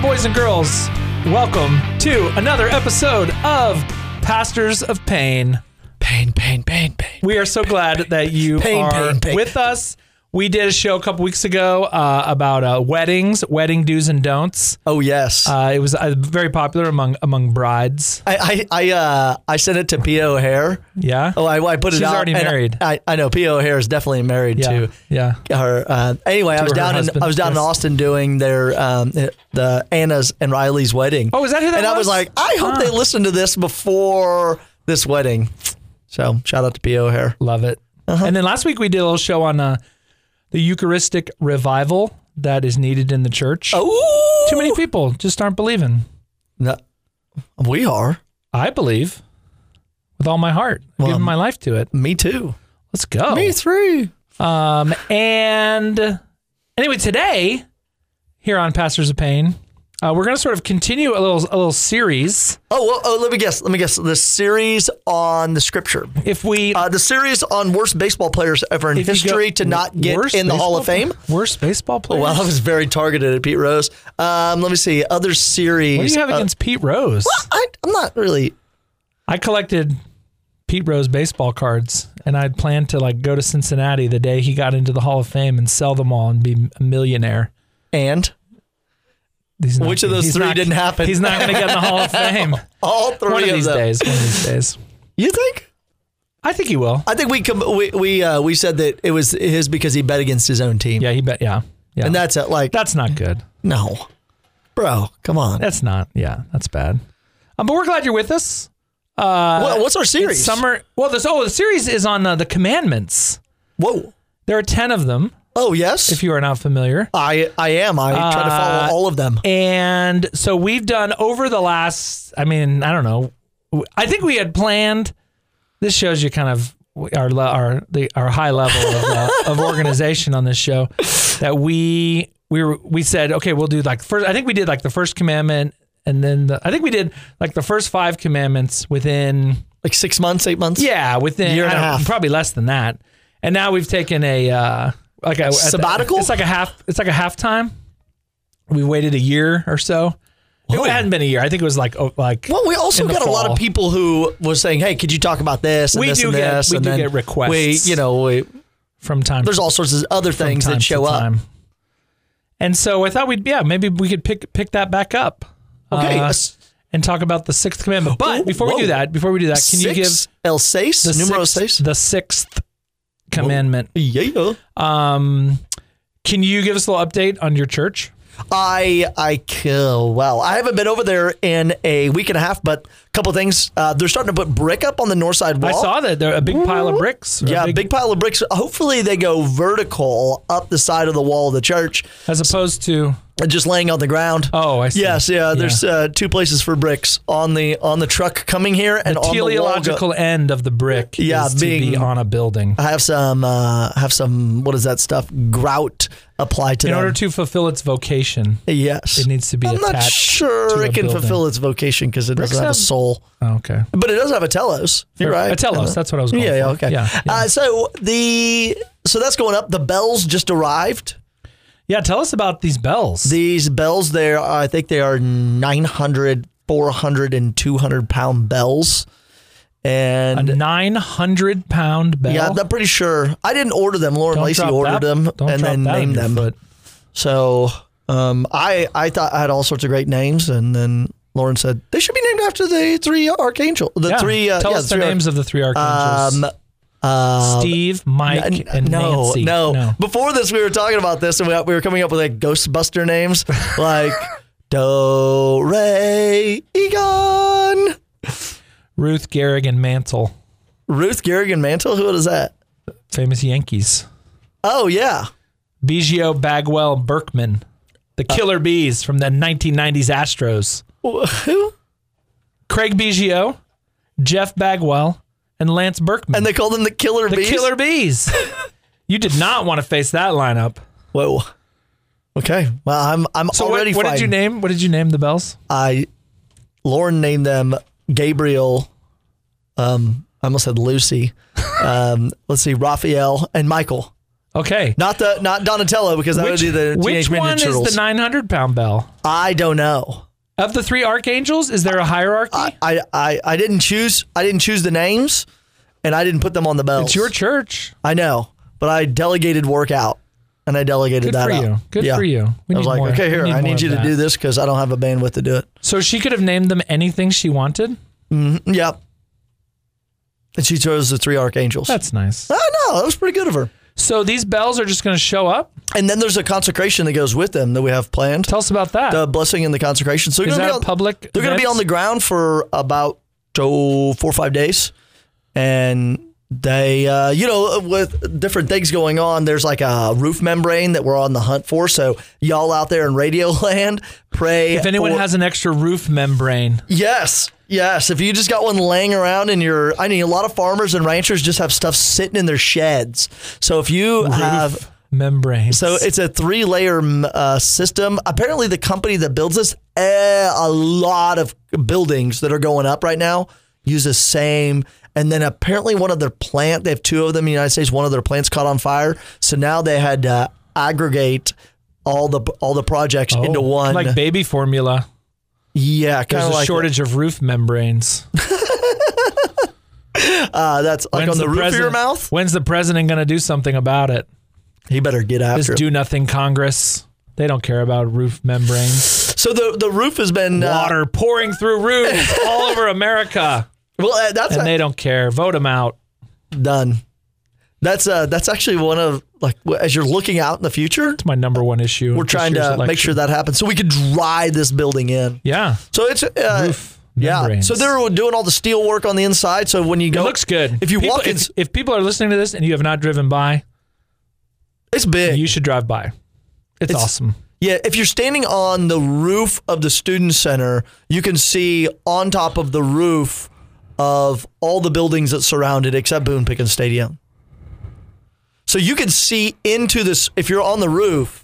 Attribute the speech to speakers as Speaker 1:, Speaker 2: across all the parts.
Speaker 1: boys and girls, welcome to another episode of Pastors of Pain.
Speaker 2: Pain, pain, pain, pain.
Speaker 1: We are so glad that you
Speaker 2: pain,
Speaker 1: are
Speaker 2: pain, pain.
Speaker 1: with us. We did a show a couple weeks ago uh, about uh, weddings, wedding do's and don'ts.
Speaker 2: Oh yes.
Speaker 1: Uh, it was uh, very popular among among brides.
Speaker 2: I I I, uh, I sent it to P. O'Hare.
Speaker 1: Yeah.
Speaker 2: Oh, I, I put
Speaker 1: She's
Speaker 2: it out.
Speaker 1: already
Speaker 2: and
Speaker 1: married.
Speaker 2: I, I know P. O'Hare is definitely married
Speaker 1: yeah.
Speaker 2: to
Speaker 1: Yeah.
Speaker 2: her. Uh, anyway, I was
Speaker 1: her
Speaker 2: down in
Speaker 1: husband,
Speaker 2: I was down in
Speaker 1: yes.
Speaker 2: Austin doing their um, the Anna's and Riley's wedding.
Speaker 1: Oh, is that who that
Speaker 2: and I was
Speaker 1: was?
Speaker 2: like, I hope
Speaker 1: Huh.
Speaker 2: they listen to this before this wedding. So shout out to P. O'Hare.
Speaker 1: Love it.
Speaker 2: Uh-huh.
Speaker 1: And then last week we did a little show on uh, the Eucharistic revival that is needed in the church.
Speaker 2: Oh,
Speaker 1: Too many people just aren't believing.
Speaker 2: No, we are.
Speaker 1: I believe with all my heart, I've given my life to it.
Speaker 2: Me too.
Speaker 1: Let's go.
Speaker 2: three.
Speaker 1: Um, and anyway, today here on Pastors of Pain, uh, we're going to sort of continue a little a little series.
Speaker 2: Oh, well, oh, let me guess. Let me guess. The series on the scripture.
Speaker 1: If we
Speaker 2: Uh, the series on worst baseball players ever in
Speaker 1: if you go-
Speaker 2: history to not get
Speaker 1: worst
Speaker 2: in the Hall of Fame.
Speaker 1: baseball- worst baseball player.
Speaker 2: Well, I was very targeted at Pete Rose. Um, let me see. Other series.
Speaker 1: what do you have
Speaker 2: uh,
Speaker 1: against Pete Rose?
Speaker 2: I, I'm not really.
Speaker 1: I collected Pete Rose baseball cards, and I'd planned to like go to Cincinnati the day he got into the Hall of Fame and sell them all and be a millionaire.
Speaker 2: And
Speaker 1: He's not-
Speaker 2: Which of those
Speaker 1: he's
Speaker 2: three
Speaker 1: not-
Speaker 2: didn't happen?
Speaker 1: He's not going to get in the Hall of Fame.
Speaker 2: all three
Speaker 1: One of these
Speaker 2: them.
Speaker 1: days. One of these days.
Speaker 2: You think?
Speaker 1: I think he will.
Speaker 2: I think we com- we we, uh, we said that it was his because he bet against his own team.
Speaker 1: Yeah, he bet. Yeah, yeah.
Speaker 2: And that's it. Like
Speaker 1: that's not good.
Speaker 2: no, bro, come on.
Speaker 1: That's not. Yeah, that's bad. Um, but we're glad you're with us.
Speaker 2: What- what's our
Speaker 1: It's
Speaker 2: series?
Speaker 1: Summer. Well, this. Oh, the series is on uh, the commandments.
Speaker 2: Whoa.
Speaker 1: There are ten of them.
Speaker 2: Oh yes.
Speaker 1: If you are not familiar.
Speaker 2: I I am. I try
Speaker 1: Uh,
Speaker 2: to follow all of them.
Speaker 1: And so we've done over the last, I mean, I don't know. I think we had planned. This shows you kind of our le- our the our high level of, uh, of organization on this show that we we were we said okay we'll do like first I think we did like the first commandment and then the, I think we did like the first five commandments within
Speaker 2: Like six months, eight months.
Speaker 1: yeah within
Speaker 2: Year and
Speaker 1: I
Speaker 2: a
Speaker 1: don't-
Speaker 2: half.
Speaker 1: probably less than that and now we've taken a uh, like a at the-
Speaker 2: Sabbatical?
Speaker 1: it's like a half it's like a half time we waited a year or so
Speaker 2: Whoa.
Speaker 1: it hadn't been a year. I think it was like oh, like.
Speaker 2: Well, we also
Speaker 1: in the
Speaker 2: got a lot
Speaker 1: fall.
Speaker 2: of people who was saying, "Hey, could you talk about this?" And
Speaker 1: We
Speaker 2: this
Speaker 1: do
Speaker 2: and
Speaker 1: get-
Speaker 2: this,
Speaker 1: we
Speaker 2: and
Speaker 1: do
Speaker 2: then
Speaker 1: get requests
Speaker 2: We, you know, we,
Speaker 1: from time.
Speaker 2: there's all sorts of other
Speaker 1: from
Speaker 2: things
Speaker 1: time
Speaker 2: that
Speaker 1: to
Speaker 2: show up.
Speaker 1: time. And so I thought we'd yeah maybe we could pick pick that back up.
Speaker 2: Okay,
Speaker 1: uh,
Speaker 2: a s-
Speaker 1: and talk about the sixth commandment. But
Speaker 2: Ooh,
Speaker 1: before we do
Speaker 2: whoa.
Speaker 1: that, before we do that, can you give
Speaker 2: Six, El Seis,
Speaker 1: the
Speaker 2: numero
Speaker 1: sixth,
Speaker 2: seis?
Speaker 1: the sixth commandment?
Speaker 2: Yeah.
Speaker 1: Um, can you give us a little update on your church?
Speaker 2: I I kill. Well, I haven't been over there in a week and a half, but a couple things. Uh, they're starting to put brick up on the north side wall.
Speaker 1: I saw that there a big pile of bricks. a
Speaker 2: Yeah, big, pile of bricks. Hopefully, they go vertical up the side of the wall of the church,
Speaker 1: as opposed to
Speaker 2: and just laying on the ground.
Speaker 1: oh I see.
Speaker 2: Yes, yeah. There's Uh, two places for bricks on the on the truck coming here and on the wall. go-
Speaker 1: teleological end of the brick
Speaker 2: Yeah,
Speaker 1: is to be
Speaker 2: being-
Speaker 1: on a building.
Speaker 2: I have some uh, have some what is that stuff grout applied to
Speaker 1: In
Speaker 2: them.
Speaker 1: order to fulfill its vocation,
Speaker 2: yes,
Speaker 1: it needs to be
Speaker 2: I'm not
Speaker 1: attached.
Speaker 2: sure
Speaker 1: to a
Speaker 2: it can
Speaker 1: building.
Speaker 2: fulfill its vocation because it
Speaker 1: Bricks
Speaker 2: doesn't have,
Speaker 1: have-
Speaker 2: a soul,
Speaker 1: Oh, okay.
Speaker 2: but it does have a telos. You're
Speaker 1: Or-
Speaker 2: right,
Speaker 1: a telos,
Speaker 2: Uh,
Speaker 1: that's what I was going
Speaker 2: yeah, yeah,
Speaker 1: for.
Speaker 2: okay.
Speaker 1: Yeah, yeah.
Speaker 2: Uh, so the so that's going up. The bells just arrived.
Speaker 1: Yeah, tell us about these bells.
Speaker 2: These bells there, I think they are 900, 400, and 200 pound bells. And
Speaker 1: a 900 pound bell.
Speaker 2: Yeah, I'm pretty sure. I didn't order them. Lauren
Speaker 1: Don't
Speaker 2: Lacey
Speaker 1: drop
Speaker 2: ordered
Speaker 1: that-
Speaker 2: them
Speaker 1: don't
Speaker 2: and
Speaker 1: drop
Speaker 2: then
Speaker 1: that on
Speaker 2: named
Speaker 1: your
Speaker 2: them.
Speaker 1: foot.
Speaker 2: So um, I I thought I had all sorts of great names, and then Lauren said they should be named after the three archangel, the
Speaker 1: Yeah.
Speaker 2: three. Uh,
Speaker 1: Tell
Speaker 2: yeah,
Speaker 1: us
Speaker 2: the
Speaker 1: the
Speaker 2: three
Speaker 1: names of the three
Speaker 2: arch-
Speaker 1: archangels.
Speaker 2: Um, uh,
Speaker 1: Steve, Mike,
Speaker 2: n-
Speaker 1: and
Speaker 2: no,
Speaker 1: Nancy.
Speaker 2: no, Before this, we were talking about this, and we, we were coming up with like Ghostbuster names, like Do Re E, Egon,
Speaker 1: Ruth, Gehrig, and Mantle,
Speaker 2: Ruth Garrigan Mantle. Who is that?
Speaker 1: famous Yankees.
Speaker 2: Oh yeah,
Speaker 1: Biggio, Bagwell, Berkman, the
Speaker 2: Uh,
Speaker 1: Killer Bees from the 1990s Astros.
Speaker 2: Wh- who?
Speaker 1: Craig Biggio, Jeff Bagwell, and Lance Berkman.
Speaker 2: And they called them the Killer
Speaker 1: the
Speaker 2: Bees.
Speaker 1: Killer Bees. you did not want to face that lineup.
Speaker 2: Whoa. Okay. Well, I'm I'm
Speaker 1: So what,
Speaker 2: already
Speaker 1: what did
Speaker 2: fighting.
Speaker 1: you name? What did you name the bells?
Speaker 2: I Lauren named them Gabriel. Um, I almost said Lucy. Um, let's see, Raphael and Michael.
Speaker 1: Okay.
Speaker 2: Not the not Donatello because that would
Speaker 1: Which,
Speaker 2: be the Teenage
Speaker 1: which
Speaker 2: Mutant
Speaker 1: one
Speaker 2: Ninja
Speaker 1: is
Speaker 2: Turtles.
Speaker 1: the 900 pound bell?
Speaker 2: I don't know.
Speaker 1: Of the three archangels, is there a hierarchy?
Speaker 2: I, I, I, I didn't choose I didn't choose the names, and I didn't put them on the bells.
Speaker 1: it's your church.
Speaker 2: I know, but I delegated work out, and I delegated
Speaker 1: Good
Speaker 2: that
Speaker 1: for
Speaker 2: out.
Speaker 1: you. Good
Speaker 2: Yeah.
Speaker 1: for you. We
Speaker 2: I was
Speaker 1: need
Speaker 2: like,
Speaker 1: more.
Speaker 2: okay,
Speaker 1: We
Speaker 2: here, I
Speaker 1: more
Speaker 2: need you
Speaker 1: of
Speaker 2: to
Speaker 1: that.
Speaker 2: do this because I don't have a bandwidth to do it.
Speaker 1: So she could have named them anything she wanted.
Speaker 2: Yep. And she chose the three archangels.
Speaker 1: That's nice.
Speaker 2: oh no, that was pretty good of her.
Speaker 1: So these bells are just going to show up.
Speaker 2: And then there's a consecration that goes with them that we have planned.
Speaker 1: Tell us about that.
Speaker 2: The blessing and the consecration. So they're
Speaker 1: Is
Speaker 2: gonna
Speaker 1: that
Speaker 2: be
Speaker 1: a
Speaker 2: on-
Speaker 1: public?
Speaker 2: They're going to be on the ground for about oh, four or five days, and they, uh, you know, with different things going on, there's like a roof membrane that we're on the hunt for. So y'all out there in Radio Land, pray.
Speaker 1: If anyone
Speaker 2: for-
Speaker 1: has an extra roof membrane,
Speaker 2: yes. Yes, if you just got one laying around in your, I mean, a lot of farmers and ranchers just have stuff sitting in their sheds. So if you have
Speaker 1: roof membrane.
Speaker 2: so it's a three layer uh, system. Apparently, the company that builds this, eh, a lot of buildings that are going up right now use the same. And then apparently, one of their plant, they have two of them in the United States. One of their plants caught on fire, so now they had to aggregate all the all the projects into
Speaker 1: Oh.
Speaker 2: one.
Speaker 1: like baby formula.
Speaker 2: yeah, kind
Speaker 1: There's a
Speaker 2: of like
Speaker 1: shortage of roof membranes.
Speaker 2: Uh, that's like on the, roof of your
Speaker 1: president-
Speaker 2: mouth.
Speaker 1: When's the president going to do something about it?
Speaker 2: He better get
Speaker 1: This
Speaker 2: after. it.
Speaker 1: do nothing Congress. They don't care about roof membranes.
Speaker 2: So the the roof has been uh,
Speaker 1: Water pouring through roofs all over America,
Speaker 2: Well, uh, that's
Speaker 1: and they don't care. Vote them out.
Speaker 2: done. That's uh that's actually one of like w- as you're looking out in the future,
Speaker 1: It's my number one issue.
Speaker 2: we're trying to make sure that happens so we could dry this building in.
Speaker 1: Yeah,
Speaker 2: So it's uh,
Speaker 1: roof
Speaker 2: yeah.
Speaker 1: membranes.
Speaker 2: So they're doing all the steel work on the inside. So when you
Speaker 1: It
Speaker 2: go,
Speaker 1: looks good.
Speaker 2: If you
Speaker 1: people,
Speaker 2: walk in-
Speaker 1: if, if people are listening to this and you have not driven by,
Speaker 2: it's big.
Speaker 1: you should drive by. It's,
Speaker 2: It's-
Speaker 1: awesome.
Speaker 2: yeah. If you're standing on the roof of the student center, you can see on top of the roof of all the buildings that surround it, except Boone Pickens Stadium. So you can see into this if you're on the roof.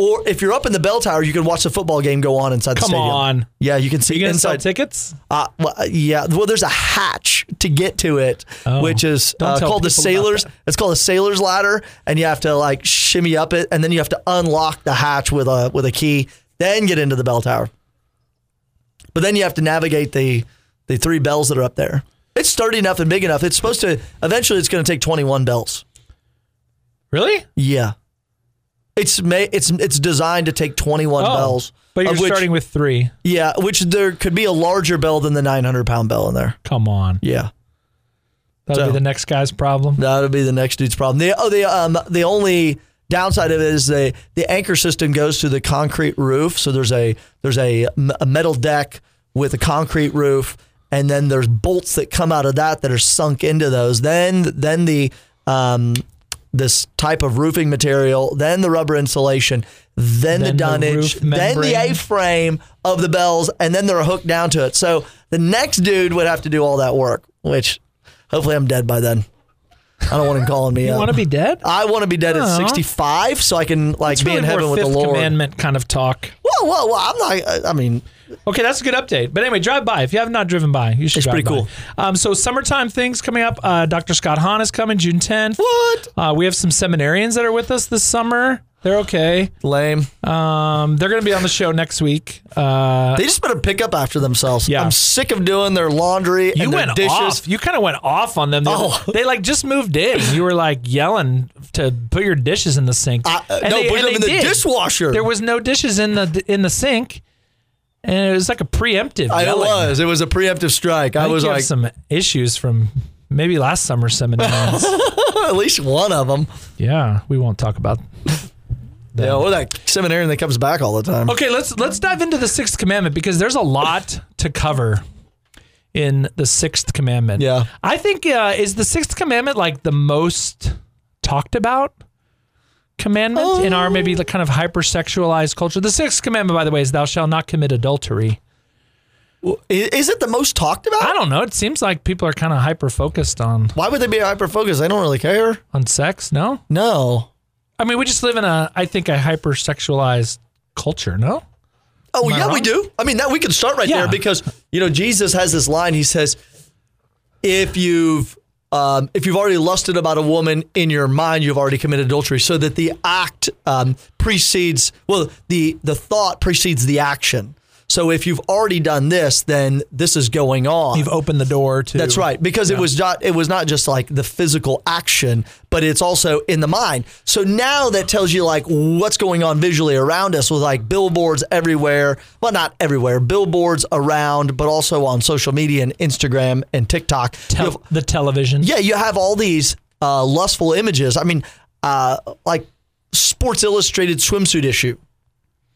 Speaker 2: Or if you're up in the bell tower, you can watch the football game go on inside the
Speaker 1: Come
Speaker 2: stadium.
Speaker 1: on.
Speaker 2: Yeah, you can see
Speaker 1: You gonna sell
Speaker 2: inside.
Speaker 1: tickets?
Speaker 2: Uh, well, uh, yeah. Well, there's a hatch to get to it,
Speaker 1: Oh.
Speaker 2: which is
Speaker 1: Don't
Speaker 2: uh,
Speaker 1: tell
Speaker 2: called the
Speaker 1: people about
Speaker 2: sailors. It's called a sailor's ladder, and you have to like shimmy up it, and then you have to unlock the hatch with a with a key, then get into the bell tower. But then you have to navigate the the three bells that are up there. It's sturdy enough and big enough. It's supposed to eventually. It's going to take 21 bells.
Speaker 1: Really?
Speaker 2: Yeah, it's ma- it's it's designed to take 21
Speaker 1: Oh,
Speaker 2: bells.
Speaker 1: But you're
Speaker 2: of which-
Speaker 1: starting with three.
Speaker 2: yeah, which there could be a larger bell than the 900 pound bell in there.
Speaker 1: Come on.
Speaker 2: Yeah.
Speaker 1: That'll
Speaker 2: So-
Speaker 1: be the next guy's problem.
Speaker 2: That'll be the next dude's problem. The oh the um the only downside of it is the the anchor system goes to the concrete roof. So there's a there's a, m- a metal deck with a concrete roof, and then there's bolts that come out of that that are sunk into those. Then then the um this type of roofing material, then the rubber insulation,
Speaker 1: Then
Speaker 2: then, the
Speaker 1: the
Speaker 2: dunnage,
Speaker 1: roof
Speaker 2: then the
Speaker 1: membrane.
Speaker 2: A-frame of the bells, and then they're hooked down to it. So the next dude would have to do all that work, which hopefully I'm dead by then. I don't want him calling me
Speaker 1: You
Speaker 2: up.
Speaker 1: want to be dead?
Speaker 2: I want to be dead at
Speaker 1: Aw.
Speaker 2: 65 so I can like
Speaker 1: It's
Speaker 2: be in
Speaker 1: really more
Speaker 2: heaven with the
Speaker 1: fifth
Speaker 2: Lord.
Speaker 1: commandment kind of talk.
Speaker 2: Whoa, whoa, whoa! I'm not. I- I mean,
Speaker 1: Okay, that's a good update. But anyway, drive by. If you have not driven by, you should
Speaker 2: It's
Speaker 1: drive
Speaker 2: pretty
Speaker 1: by.
Speaker 2: cool.
Speaker 1: Um, so summertime things coming up. Uh, Dr. Scott Hahn is coming June 10th.
Speaker 2: what?
Speaker 1: Uh, we have some seminarians that are with us this summer. They're okay.
Speaker 2: Lame.
Speaker 1: Um, they're going to be on the show next week. Uh,
Speaker 2: They just better pick up after themselves.
Speaker 1: Yeah.
Speaker 2: I'm sick of doing their laundry
Speaker 1: you
Speaker 2: and their
Speaker 1: went
Speaker 2: dishes.
Speaker 1: off. You kind of went off on them. The
Speaker 2: Oh.
Speaker 1: other- They like just moved in. You were like yelling to put your dishes in the sink.
Speaker 2: I, uh, no,
Speaker 1: they- and
Speaker 2: put them
Speaker 1: they
Speaker 2: in the
Speaker 1: did.
Speaker 2: dishwasher.
Speaker 1: There was no dishes in the in the sink, and it was like a preemptive.
Speaker 2: I
Speaker 1: yelling.
Speaker 2: was. It was a preemptive strike.
Speaker 1: I
Speaker 2: I,
Speaker 1: think
Speaker 2: was
Speaker 1: you have
Speaker 2: like,
Speaker 1: some issues from maybe last summer seminars.
Speaker 2: at least one of them.
Speaker 1: yeah, we won't talk about.
Speaker 2: Yeah, or that seminarian that comes back all the time.
Speaker 1: Okay, let's let's dive into the sixth commandment because there's a lot to cover in the sixth commandment.
Speaker 2: Yeah.
Speaker 1: I think uh, is the sixth commandment like the most talked about commandment in our maybe like kind of hypersexualized culture. The sixth commandment, by the way, is "Thou shalt not commit adultery."
Speaker 2: I- Is it the most talked about?
Speaker 1: I don't know. It seems like people are kind of hyper focused on
Speaker 2: Why would they be hyper focused? They don't really care.
Speaker 1: on sex. No,
Speaker 2: No.
Speaker 1: I mean we just live in a I think a hypersexualized culture. No,
Speaker 2: Oh
Speaker 1: Am I
Speaker 2: yeah, we
Speaker 1: wrong?
Speaker 2: do. I mean that we can start right
Speaker 1: Yeah.
Speaker 2: there because you know Jesus has this line. He says, "If you've um, if you've already lusted about a woman in your mind, you've already committed adultery. So that the act um, precedes, well, the the thought precedes the action. So if you've already done this, then this is going on.
Speaker 3: You've opened the door to.
Speaker 2: That's right, because it was not it was not just like the physical action, but it's also in the mind. So now that tells you like what's going on visually around us with like billboards everywhere, well not everywhere, billboards around, but also on social media and Instagram and TikTok. You have-
Speaker 1: Tel- the television.
Speaker 2: yeah, you have all these uh, lustful images. I mean, uh, like Sports Illustrated swimsuit issue.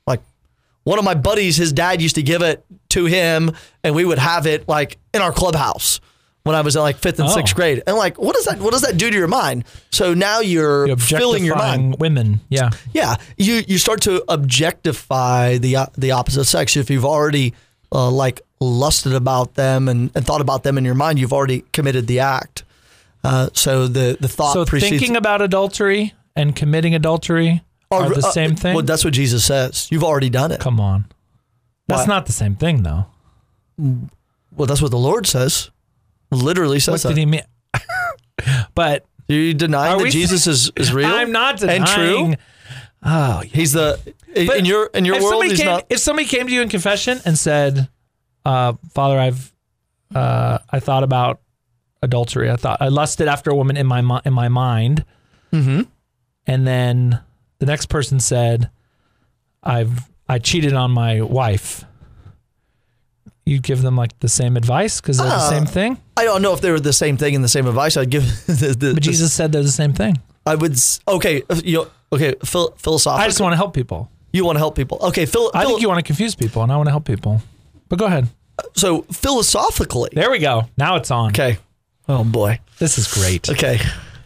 Speaker 2: Like one of my buddies, his dad used to give it to him, and we would have it like in our clubhouse when I was in like fifth and
Speaker 1: Oh.
Speaker 2: sixth grade. And like, what does that? What does that do to your mind? So now you're,
Speaker 1: You're
Speaker 2: filling your mind.
Speaker 1: objectifying women. Yeah.
Speaker 2: Yeah, you you start to objectify the o- the opposite sex if you've already uh, like lusted about them and, and thought about them in your mind. You've already committed the act. Uh, so the the thought
Speaker 1: So
Speaker 2: precedes
Speaker 1: thinking about adultery and committing adultery are, the
Speaker 2: uh,
Speaker 1: same thing.
Speaker 2: Well, that's what Jesus says. You've already done it.
Speaker 1: Come on. That's
Speaker 2: What?
Speaker 1: not the same thing though.
Speaker 2: Well, that's what the Lord says. Literally says
Speaker 1: What did
Speaker 2: that.
Speaker 1: he mean? but
Speaker 2: you
Speaker 1: Are
Speaker 2: denying that
Speaker 1: we-
Speaker 2: Jesus is, is real.
Speaker 1: I'm not denying.
Speaker 2: and true.
Speaker 1: Oh, yeah.
Speaker 2: He's the in-
Speaker 1: But
Speaker 2: in your in your
Speaker 1: if
Speaker 2: world.
Speaker 1: somebody
Speaker 2: He's
Speaker 1: came,
Speaker 2: not.
Speaker 1: If somebody came to you in confession and said, uh, "Father, I've uh, I thought about adultery. I thought I lusted after a woman in my mi- in my mind,"
Speaker 2: Mm-hmm.
Speaker 1: and then the next person said, "I've I cheated on my wife." You give them like the same advice because they're the
Speaker 2: Ah.
Speaker 1: same thing.
Speaker 2: I don't know if they were the same thing and the same advice. I'd give. The, the,
Speaker 1: But Jesus said they're the same thing.
Speaker 2: I would. s- Okay. uh, You know, okay. Phil, philosophically.
Speaker 1: I just want to help people.
Speaker 2: You want to help people. Okay, phil-
Speaker 1: I
Speaker 2: phil-
Speaker 1: think you want to confuse people, and I want to help people. But go ahead.
Speaker 2: so philosophically.
Speaker 1: There we go. Now it's on.
Speaker 2: Okay. Oh boy.
Speaker 1: This is great.
Speaker 2: Okay.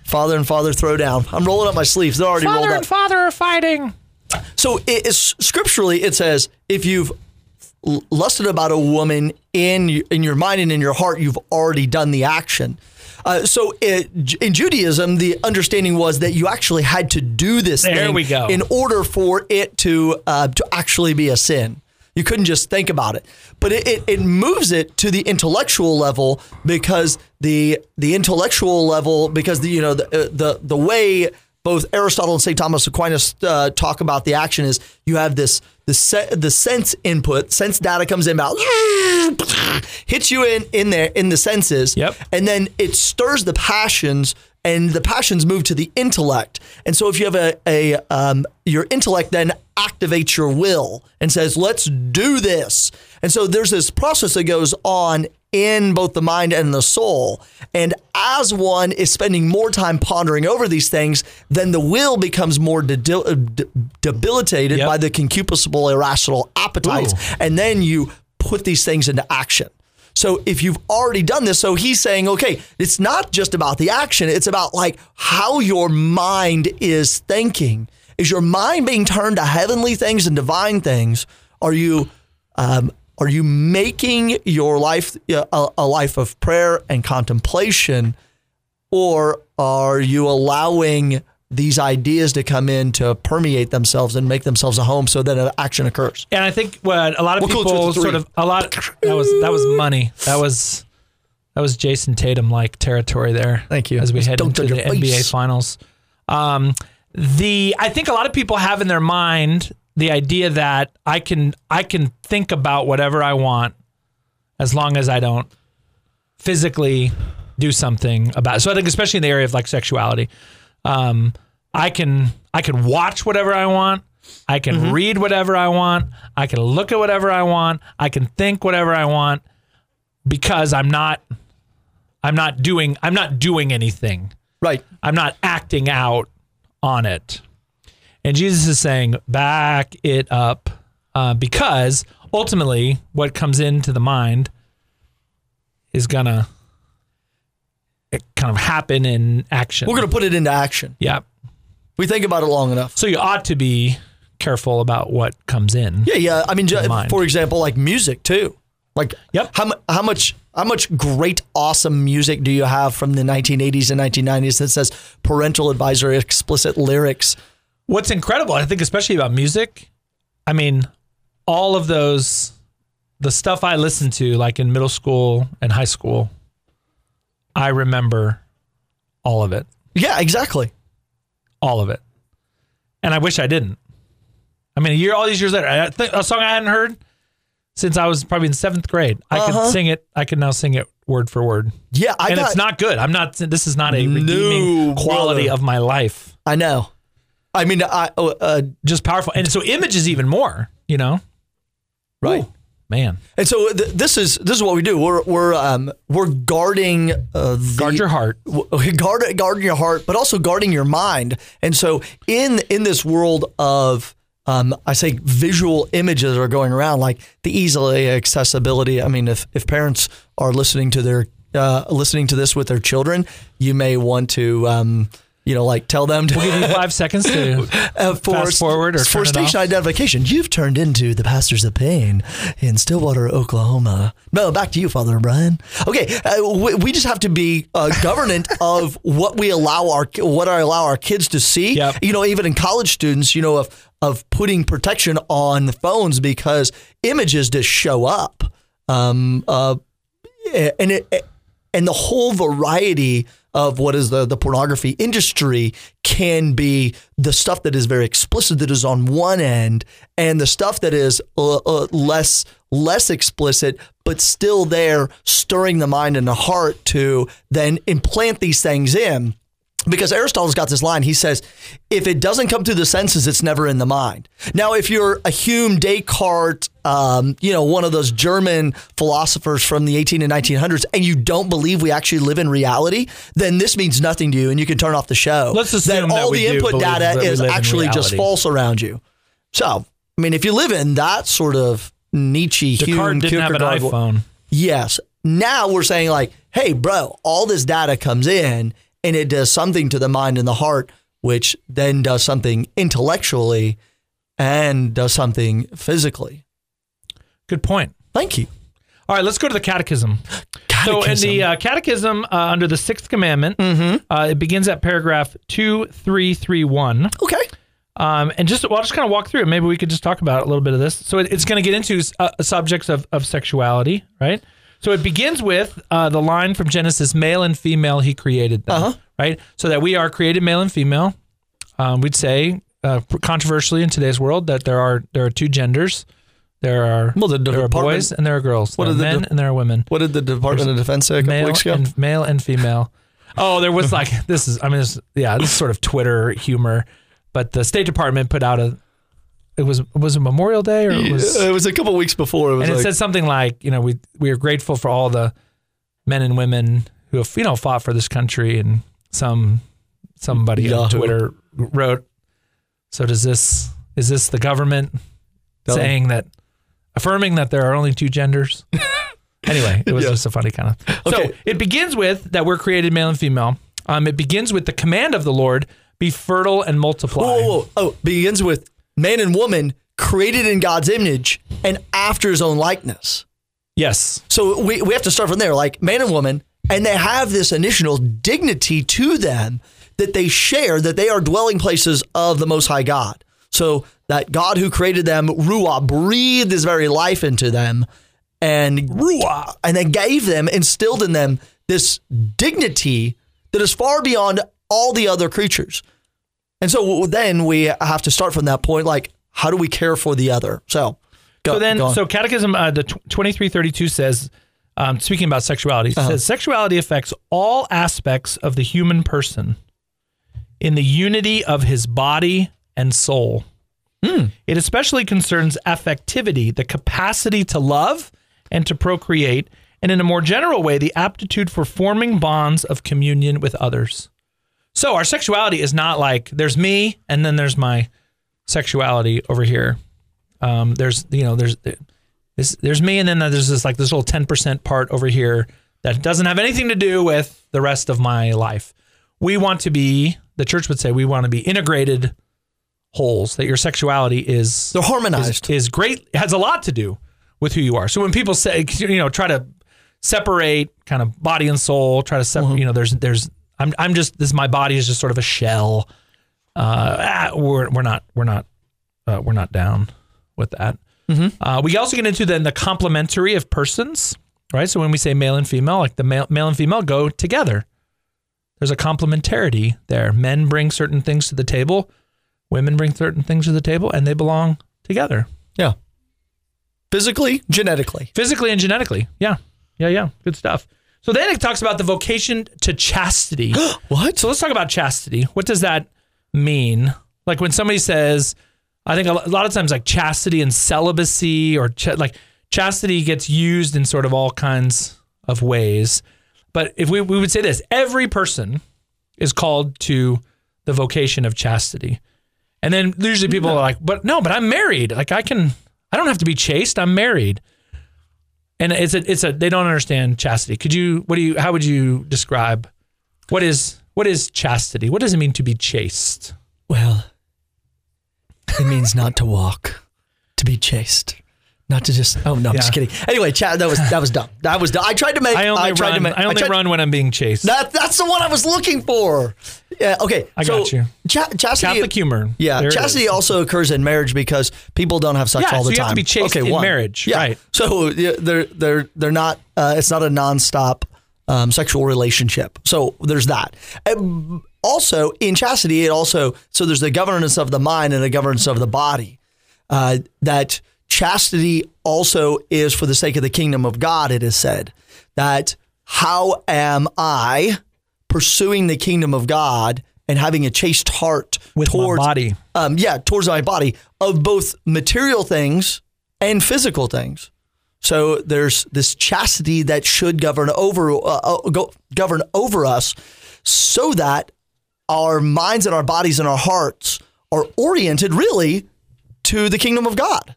Speaker 2: Father and father throw down. I'm rolling up my sleeves. They're already rolled
Speaker 1: Father
Speaker 2: up.
Speaker 1: and father are fighting.
Speaker 2: so it is scripturally it says if you've l- lusted about a woman in y- in your mind and in your heart you've already done the action uh, so it, in Judaism the understanding was that you actually had to do this
Speaker 1: There
Speaker 2: thing
Speaker 1: we go.
Speaker 2: in order for it to uh, to actually be a sin you couldn't just think about it but it, it, it moves it to the intellectual level because the the intellectual level because the you know the uh, the, the way both Aristotle and St. Thomas Aquinas uh, talk about the action is you have this the se- the sense input, sense data comes in about hits you in in there in the senses,
Speaker 1: Yep.
Speaker 2: and then it stirs the passions, and the passions move to the intellect, and so if you have a a um, your intellect then activates your will and says let's do this, and so there's this process that goes on in both the mind and the soul. And as one is spending more time pondering over these things, then the will becomes more de- de- de- debilitated
Speaker 1: Yep.
Speaker 2: by the concupiscible irrational appetites.
Speaker 1: Ooh.
Speaker 2: And then you put these things into action. So if you've already done this, so he's saying, okay, it's not just about the action, it's about like how your mind is thinking. Is your mind being turned to heavenly things and divine things? Are you um, are you making your life uh, a, a life of prayer and contemplation, or are you allowing these ideas to come in to permeate themselves and make themselves a home so that an action occurs?
Speaker 1: And I think what a lot of
Speaker 2: We'll go to
Speaker 1: people
Speaker 2: the three.
Speaker 1: sort of a lot that was that was money. That was that was Jason Tatum like territory there.
Speaker 2: Thank you.
Speaker 1: As we
Speaker 2: Just
Speaker 1: head
Speaker 2: dunked
Speaker 1: into
Speaker 2: on
Speaker 1: the
Speaker 2: your face.
Speaker 1: NBA finals. Um the I think a lot of people have in their mind the idea that I can I can think about whatever I want as long as I don't physically do something about it. So I think especially in the area of like sexuality, um, I can I can watch whatever I want. I can
Speaker 2: Mm-hmm.
Speaker 1: read whatever I want. I can look at whatever I want. I can think whatever I want because I'm not I'm not doing I'm not doing anything.
Speaker 2: Right.
Speaker 1: I'm not acting out on it. And Jesus is saying, back it up, uh, because ultimately what comes into the mind is gonna it kind of happen in action.
Speaker 2: We're going to put it into action.
Speaker 1: yeah.
Speaker 2: We think about it long enough.
Speaker 1: So you ought to be careful about what comes in.
Speaker 2: Yeah, yeah. I mean, ju-
Speaker 1: mind.
Speaker 2: for example, like music too. Like,
Speaker 1: Yep.
Speaker 2: How, mu- how much how much great awesome music do you have from the 1980s and 1990s that says parental advisory explicit lyrics?
Speaker 1: What's incredible, I think, especially about music, I mean, all of those, the stuff I listened to, like in middle school and high school, I remember all of it,
Speaker 2: Yeah, exactly.
Speaker 1: all of it. And I wish I didn't. I mean, a year, all these years later, I think a song I hadn't heard since I was probably in seventh grade. I
Speaker 2: Uh-huh.
Speaker 1: could sing it. I could now sing it word for word.
Speaker 2: Yeah, I
Speaker 1: and
Speaker 2: got.
Speaker 1: it's not good. I'm not. This is not a redeeming
Speaker 2: brother.
Speaker 1: quality of my life.
Speaker 2: I know. I mean, I uh, uh,
Speaker 1: Just powerful, and so image is even more. You know,
Speaker 2: right.
Speaker 1: Ooh, man,
Speaker 2: And so uh, th- this is this is what we do. We're we're um, we're guarding uh, the,
Speaker 1: guard your heart.
Speaker 2: w- guard guarding your heart, but also guarding your mind. And so in in this world of um, I say visual images that are going around, like the easily accessibility. I mean, if if parents are listening to their uh, listening to this with their children, you may want to. Um, you know, like tell them to
Speaker 1: Give you five seconds to.
Speaker 2: uh, for
Speaker 1: Fast forward or
Speaker 2: for
Speaker 1: turn it
Speaker 2: station
Speaker 1: off?
Speaker 2: identification. You've turned into the pastors of pain in Stillwater, Oklahoma. No, back to you, Father Brian. Okay, uh, we, we just have to be uh, governant of what we allow our ki- what I allow our kids to see.
Speaker 1: Yep.
Speaker 2: You know, even in college students, you know, of of putting protection on phones because images just show up. Um, uh, and it and the whole variety of what is the the pornography industry can be the stuff that is very explicit that is on one end and the stuff that is uh, uh, less less explicit but still there stirring the mind and the heart to then implant these things in because Aristotle's got this line. He says, if it doesn't come through the senses, it's never in the mind. Now, if you're a Hume, Descartes, um, you know, one of those German philosophers from the 18 and 1900s, and you don't believe we actually live in reality, then this means nothing to you, and you can turn off the show.
Speaker 1: Let's assume
Speaker 2: that all
Speaker 1: that we
Speaker 2: the
Speaker 1: do
Speaker 2: input
Speaker 1: believe
Speaker 2: data
Speaker 1: that we
Speaker 2: is
Speaker 1: live in
Speaker 2: actually just
Speaker 1: reality.
Speaker 2: false around you. So, I mean, if you live in that sort of Nietzsche,
Speaker 1: Descartes
Speaker 2: Hume,
Speaker 1: didn't have an
Speaker 2: Kierkegaard,
Speaker 1: iPhone.
Speaker 2: Yes. Now we're saying like, hey, bro, all this data comes in and it does something to the mind and the heart, which then does something intellectually and does something physically.
Speaker 1: Good point.
Speaker 2: Thank you.
Speaker 1: All right, let's go to the catechism. So, in the
Speaker 2: Catechism. Mm-hmm.
Speaker 1: uh, catechism uh, under the sixth commandment, uh, it begins at paragraph 2331.
Speaker 2: okay.
Speaker 1: Um, and just, well, I'll just kind of walk through it. Maybe we could just talk about a little bit of this. So, it, it's going to get into uh, subjects of, of sexuality, right? So, it begins with uh, the line from Genesis male and female, he created them,
Speaker 2: Uh-huh.
Speaker 1: right? So that we are created male and female. Um, we'd say, uh, controversially in today's world, that there are there are two genders. There are,
Speaker 2: Well, the
Speaker 1: there are
Speaker 2: Department-
Speaker 1: boys and there are girls.
Speaker 2: What
Speaker 1: there are
Speaker 2: are the
Speaker 1: men
Speaker 2: de-
Speaker 1: and there are women
Speaker 2: What did the Department of Defense say a couple
Speaker 1: male
Speaker 2: weeks ago?
Speaker 1: and male and female. Oh, there was like this is I mean this, yeah this is sort of Twitter humor, but the State Department put out a it was was it Memorial Day or it was
Speaker 2: it was a couple weeks before. It was
Speaker 1: and it
Speaker 2: like,
Speaker 1: said something like you know we we are grateful for all the men and women who have you know fought for this country and some somebody on
Speaker 2: Yahoo.
Speaker 1: Twitter wrote so does this is this the government
Speaker 2: Tell 'em.
Speaker 1: saying that affirming that there are only two genders anyway it was
Speaker 2: Yeah.
Speaker 1: just a funny kind of
Speaker 2: Okay.
Speaker 1: so it begins with that we're created male and female um, it begins with the command of the Lord be fertile and multiply
Speaker 2: whoa, whoa, whoa. Oh, begins with man and woman created in God's image and after his own likeness.
Speaker 1: yes
Speaker 2: So we, we have to start from there, like man and woman, and they have this initial dignity to them that they share, that they are dwelling places of the Most High God. So that God who created them, Ruah, breathed his very life into them and Ruah, and then gave them, instilled in them this dignity that is far beyond all the other creatures. And so then we have to start from that point, like, how do we care for the other? So,
Speaker 1: So
Speaker 2: go, go
Speaker 1: then,
Speaker 2: on.
Speaker 1: so Catechism uh, the twenty three thirty two says, um, speaking about sexuality,
Speaker 2: Uh-huh.
Speaker 1: it says sexuality affects all aspects of the human person in the unity of his body and soul.
Speaker 2: Hmm.
Speaker 1: It especially concerns affectivity, the capacity to love and to procreate, and in a more general way, the aptitude for forming bonds of communion with others. So our sexuality is not like there's me and then there's my sexuality over here. Um, there's you know there's this, there's me and then there's this like this little ten percent part over here that doesn't have anything to do with the rest of my life. We want to be the church would say we want to be integrated wholes. That your sexuality is
Speaker 2: they're harmonized.
Speaker 1: is great has a lot to do with who you are. So when people say you know try to separate kind of body and soul, try to separate you know there's there's I'm I'm just this my body is just sort of a shell. Uh, ah, we're we're not we're not uh, we're not down with that. Uh, we also get into then the complementary of persons, right? So when we say male and female, like the male, male and female go together, there's a complementarity there. Men bring certain things to the table, women bring certain things to the table, and they belong together
Speaker 2: Yeah. Physically, genetically.
Speaker 1: physically and genetically. Yeah. Yeah. Yeah. Good stuff. So then it talks about the vocation to chastity.
Speaker 2: What?
Speaker 1: so let's talk about chastity. What does that mean? Like when somebody says, I think a lo- a lot of times like chastity and celibacy or ch- like chastity gets used in sort of all kinds of ways. But if we, we would say this, every person is called to the vocation of chastity. And then usually people are like, but no, but I'm married. Like I can, I don't have to be chaste. I'm married. And it's a, it's a, they don't understand chastity. Could you, what do you, how would you describe what is, what is chastity? What does it mean to be chaste?
Speaker 2: Well, it means not to walk, to be chased, not to just. Oh no, I'm just
Speaker 1: Yeah.
Speaker 2: kidding. Anyway, Chad, that was that was dumb. That was dumb. I tried to make.
Speaker 1: I only
Speaker 2: tried to
Speaker 1: run,
Speaker 2: make.
Speaker 1: I only
Speaker 2: tried-
Speaker 1: run when I'm being chased.
Speaker 2: That that's the one I was looking for. Yeah. Okay.
Speaker 1: I
Speaker 2: so
Speaker 1: got you.
Speaker 2: Cha- chastity.
Speaker 1: Catholic humor.
Speaker 2: Yeah,
Speaker 1: There it
Speaker 2: chastity
Speaker 1: is.
Speaker 2: also occurs in marriage because people don't have sex
Speaker 1: Yeah,
Speaker 2: all the
Speaker 1: so you
Speaker 2: time.
Speaker 1: have to be chaste in marriage,
Speaker 2: Yeah.
Speaker 1: right.
Speaker 2: So yeah, they're they're they're not. Uh, it's not a nonstop um, sexual relationship. So there's that. And also in chastity, it also so there's the governance of the mind and the governance of the body. Uh, that chastity also is for the sake of the kingdom of God. It is said that how am I pursuing the kingdom of God and having a chaste heart
Speaker 1: With my
Speaker 2: towards
Speaker 1: body.
Speaker 2: um, yeah, towards my body of both material things and physical things. So there's this chastity that should govern over uh, uh, go, govern over us, so that our minds and our bodies and our hearts are oriented really to the kingdom of God,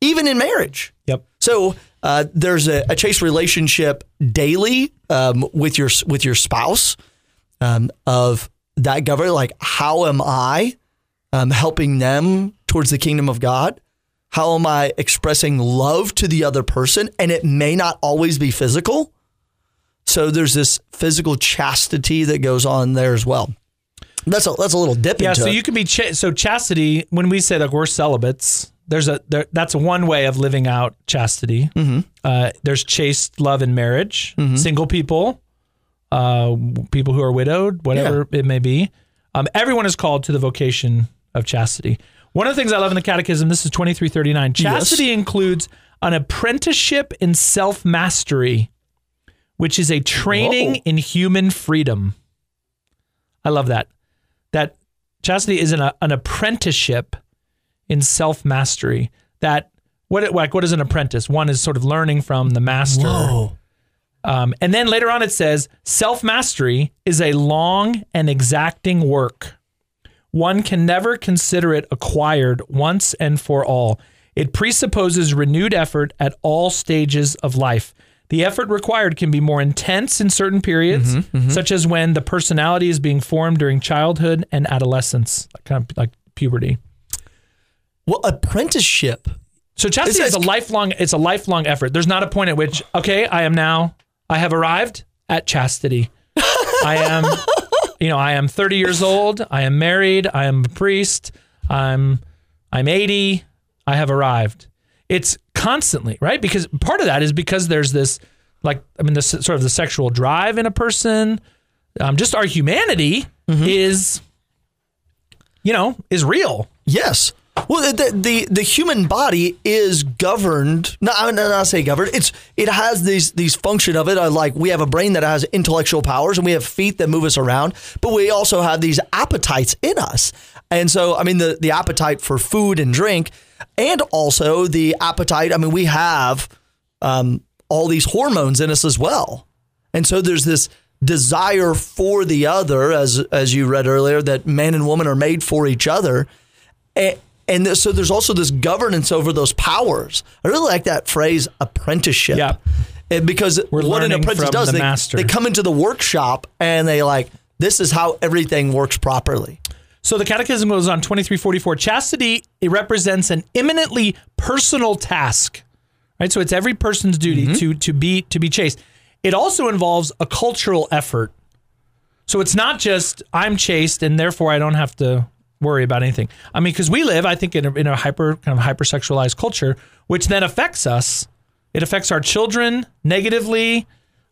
Speaker 2: even in marriage.
Speaker 1: Yep.
Speaker 2: So uh, there's a, a chaste relationship daily um, with your with your spouse um, of that government. Like, how am I um, helping them towards the kingdom of God? How am I expressing love to the other person? And it may not always be physical. So there's this physical chastity that goes on there as well. That's a that's a little dip
Speaker 1: Yeah,
Speaker 2: into
Speaker 1: so
Speaker 2: it.
Speaker 1: you can be ch- so chastity. When we say like we're celibates, there's a there, that's one way of living out chastity. Uh, there's chaste love in marriage, single people, uh, people who are widowed, whatever it may be. Um, everyone is called to the vocation of chastity. One of the things I love in the Catechism, this is twenty three thirty nine. Chastity includes an apprenticeship in self mastery, which is a training
Speaker 2: Whoa.
Speaker 1: in human freedom. I love that that chastity is an, an apprenticeship in self mastery. That what it- like what is an apprentice? One is sort of learning from the master.
Speaker 2: Whoa.
Speaker 1: Um, and then later on it says self mastery is a long and exacting work. One can never consider it acquired once and for all. It presupposes renewed effort at all stages of life. The effort required can be more intense in certain periods, such as when the personality is being formed during childhood and adolescence, like, kind of like puberty.
Speaker 2: well, apprenticeship.
Speaker 1: So chastity
Speaker 2: It's-
Speaker 1: is a
Speaker 2: it's-
Speaker 1: lifelong. It's a lifelong effort. There's not a point at which okay, I am now. I have arrived at chastity. I am, you know, I am 30 years old. I am married. I am a priest. I'm, I'm 80. I have arrived. It's constantly right because part of that is because there's this, like, I mean, this sort of the sexual drive in a person. Um, just our humanity is, you know, is real.
Speaker 2: Yes. Well, the, the the human body is governed. No, I would not say governed. It's it has these these function of it. uh, Like we have a brain that has intellectual powers, and we have feet that move us around, but we also have these appetites in us. And so, I mean, the the appetite for food and drink, and also the appetite. I mean, we have um, all these hormones in us as well. And so there's this desire for the other, as as you read earlier, that man and woman are made for each other. And, and th- so there's also this governance over those powers. I really like that phrase apprenticeship.
Speaker 1: Yeah.
Speaker 2: And because what an
Speaker 1: learning
Speaker 2: apprentice
Speaker 1: from
Speaker 2: does,
Speaker 1: the
Speaker 2: they,
Speaker 1: master.
Speaker 2: they come into the workshop and they like, this is how everything works properly.
Speaker 1: So the Catechism goes on 2344. Chastity it represents an imminently personal task, right? So it's every person's duty to to be to be chaste. It also involves a cultural effort. So it's not just I'm chaste and therefore I don't have to worry about anything. I mean, because we live, I think, in a, in a hyper kind of hypersexualized culture, which then affects us. It affects our children negatively.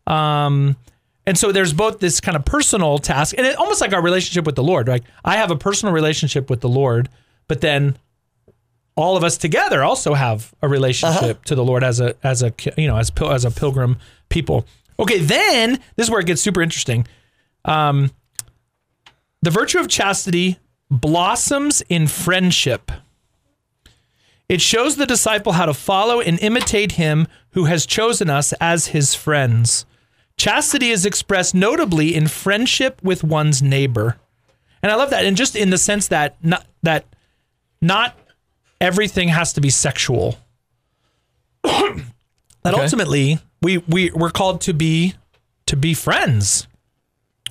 Speaker 1: Um, And so there's both this kind of personal task and it, almost like our relationship with the Lord. Like I have a personal relationship with the Lord, but then all of us together also have a relationship to the Lord as a as a you know as pil- as a pilgrim people. Okay, then this is where it gets super interesting. Um, the virtue of chastity blossoms in friendship. It shows the disciple how to follow and imitate him who has chosen us as his friends. Chastity is expressed notably in friendship with one's neighbor. And I love that. And just in the sense that not, that not everything has to be sexual. that
Speaker 2: Okay.
Speaker 1: ultimately we, we we're called to be to be friends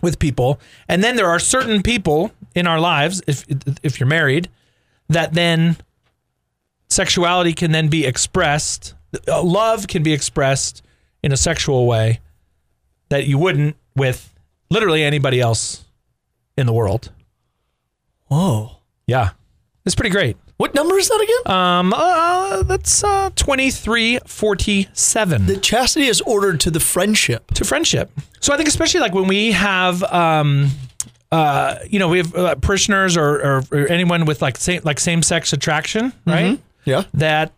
Speaker 1: with people. And then there are certain people in our lives, if if you're married, that then sexuality can then be expressed. uh, Love can be expressed in a sexual way that you wouldn't with literally anybody else in the world.
Speaker 2: Whoa.
Speaker 1: Yeah, it's pretty great.
Speaker 2: What number is that again?
Speaker 1: Um, uh, that's uh, twenty three forty seven.
Speaker 2: the chastity is ordered to the friendship.
Speaker 1: to friendship. So I think especially like when we have, um, uh, you know, we have uh, parishioners or, or, or anyone with like same like same sex attraction, right?
Speaker 2: Yeah.
Speaker 1: That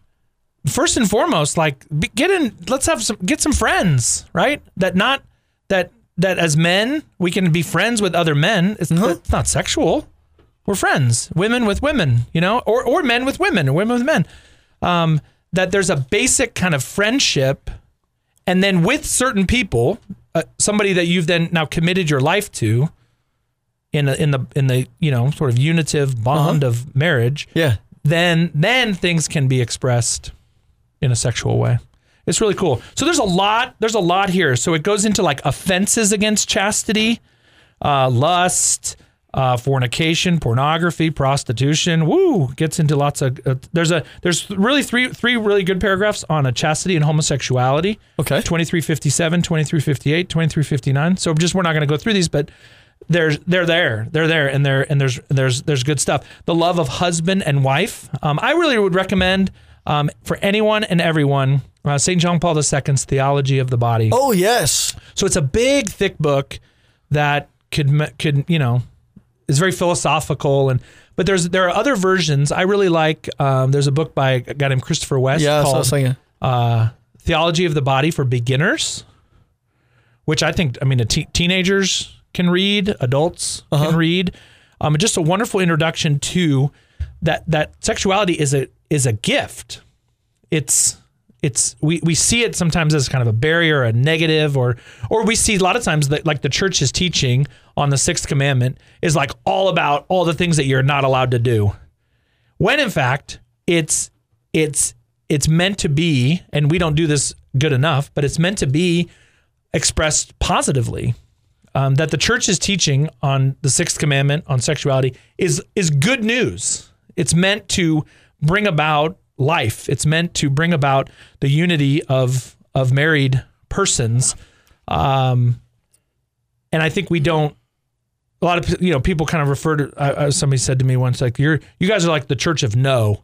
Speaker 1: first and foremost, like be, get in, let's have some get some friends, right? That not that that as men we can be friends with other men. It's, it's not sexual. We're friends, women with women, you know, or or men with women, or women with men. Um, that there's a basic kind of friendship and then with certain people, uh, somebody that you've then now committed your life to, in the in the in the you know sort of unitive bond of marriage,
Speaker 2: Yeah.
Speaker 1: then then things can be expressed in a sexual way. It's really cool. So there's a lot there's a lot here. So it goes into like offenses against chastity, uh, lust, uh, fornication, pornography, prostitution. Woo, gets into lots of uh, there's a there's really three three really good paragraphs on uh, chastity and homosexuality.
Speaker 2: Okay.
Speaker 1: 2357, 2358, 2359. So just we're not going to go through these, but there's they're there, they're there, and there and there's there's there's good stuff. The love of husband and wife. Um, I really would recommend um, for anyone and everyone uh, Saint John Paul II's Theology of the Body.
Speaker 2: Oh yes.
Speaker 1: So it's a big, thick book that could m- could you know is very philosophical and but there's there are other versions. I really like. Um, there's a book by a guy named Christopher West
Speaker 2: Yeah. So I
Speaker 1: called
Speaker 2: was thinking.
Speaker 1: uh, Theology of the Body for Beginners, which I think, I mean, the te- teenagers can read, adults can read. Um, just a wonderful introduction to that that sexuality is a is a gift. It's it's we, we see it sometimes as kind of a barrier, a negative, or or we see a lot of times that like the church's teaching on the sixth commandment is like all about all the things that you're not allowed to do when in fact it's it's it's meant to be and we don't do this good enough but it's meant to be expressed positively um, that the church's teaching on the sixth commandment on sexuality is is good news it's meant to bring about life it's meant to bring about the unity of of married persons um, and i think we don't a lot of you know people kind of refer to uh, somebody said to me once like you're you guys are like the church of no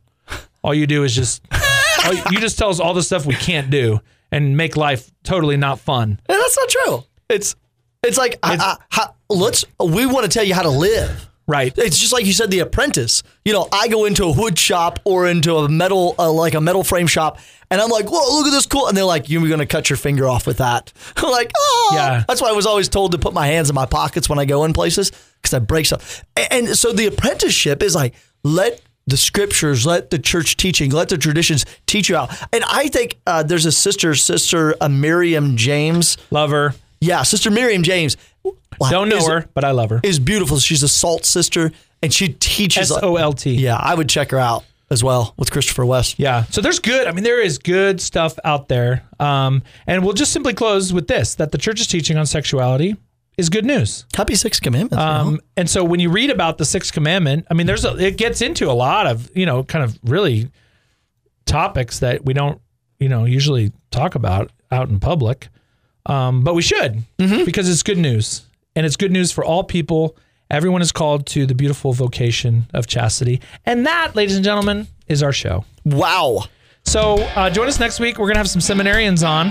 Speaker 1: all you do is just all, you just tell us all the stuff we can't do and make life totally not fun
Speaker 2: And that's not true. It's it's like I- I- how- let's we want to tell you how to live.
Speaker 1: right
Speaker 2: It's just like you said, the apprentice. You know, I go into a wood shop or into a metal, uh, like a metal frame shop, and I'm like, "Whoa, look at this cool!" And they're like, "You're gonna cut your finger off with that." I'm like, "Oh,
Speaker 1: Yeah.
Speaker 2: That's why I was always told to put my hands in my pockets when I go in places because I break stuff. A- And, so the apprenticeship is like let the scriptures, let the church teaching, let the traditions teach you out. And I think uh, there's a sister, sister uh, Miriam James.
Speaker 1: lover
Speaker 2: Yeah, sister Miriam James.
Speaker 1: don't know
Speaker 2: Is-
Speaker 1: her but i love her
Speaker 2: is beautiful. She's a salt sister, and she teaches.
Speaker 1: s-o-l-t
Speaker 2: yeah, I would check her out as well with Christopher West.
Speaker 1: Yeah. So there's good. I mean, there is good stuff out there. Um, and we'll just simply close with this that the church's teaching on sexuality is good news.
Speaker 2: Happy Six Commandments.
Speaker 1: Um, And so when you read about the sixth commandment, I mean, there's a, it gets into a lot of you know kind of really topics that we don't you know usually talk about out in public, um, but we should because it's good news and it's good news for all people. Everyone is called to the beautiful vocation of chastity, and that, ladies and gentlemen, is our show.
Speaker 2: wow.
Speaker 1: So uh, join us next week. We're gonna have some seminarians on.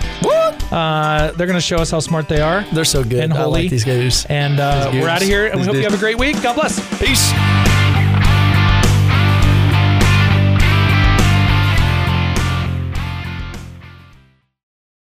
Speaker 1: Uh, they're gonna show us how smart they are.
Speaker 2: They're so good.
Speaker 1: And
Speaker 2: I
Speaker 1: holy.
Speaker 2: like these guys.
Speaker 1: And uh,
Speaker 2: These
Speaker 1: we're
Speaker 2: dudes.
Speaker 1: out of here. And we
Speaker 2: These
Speaker 1: hope you
Speaker 2: dudes.
Speaker 1: have a great week. God bless.
Speaker 2: Peace.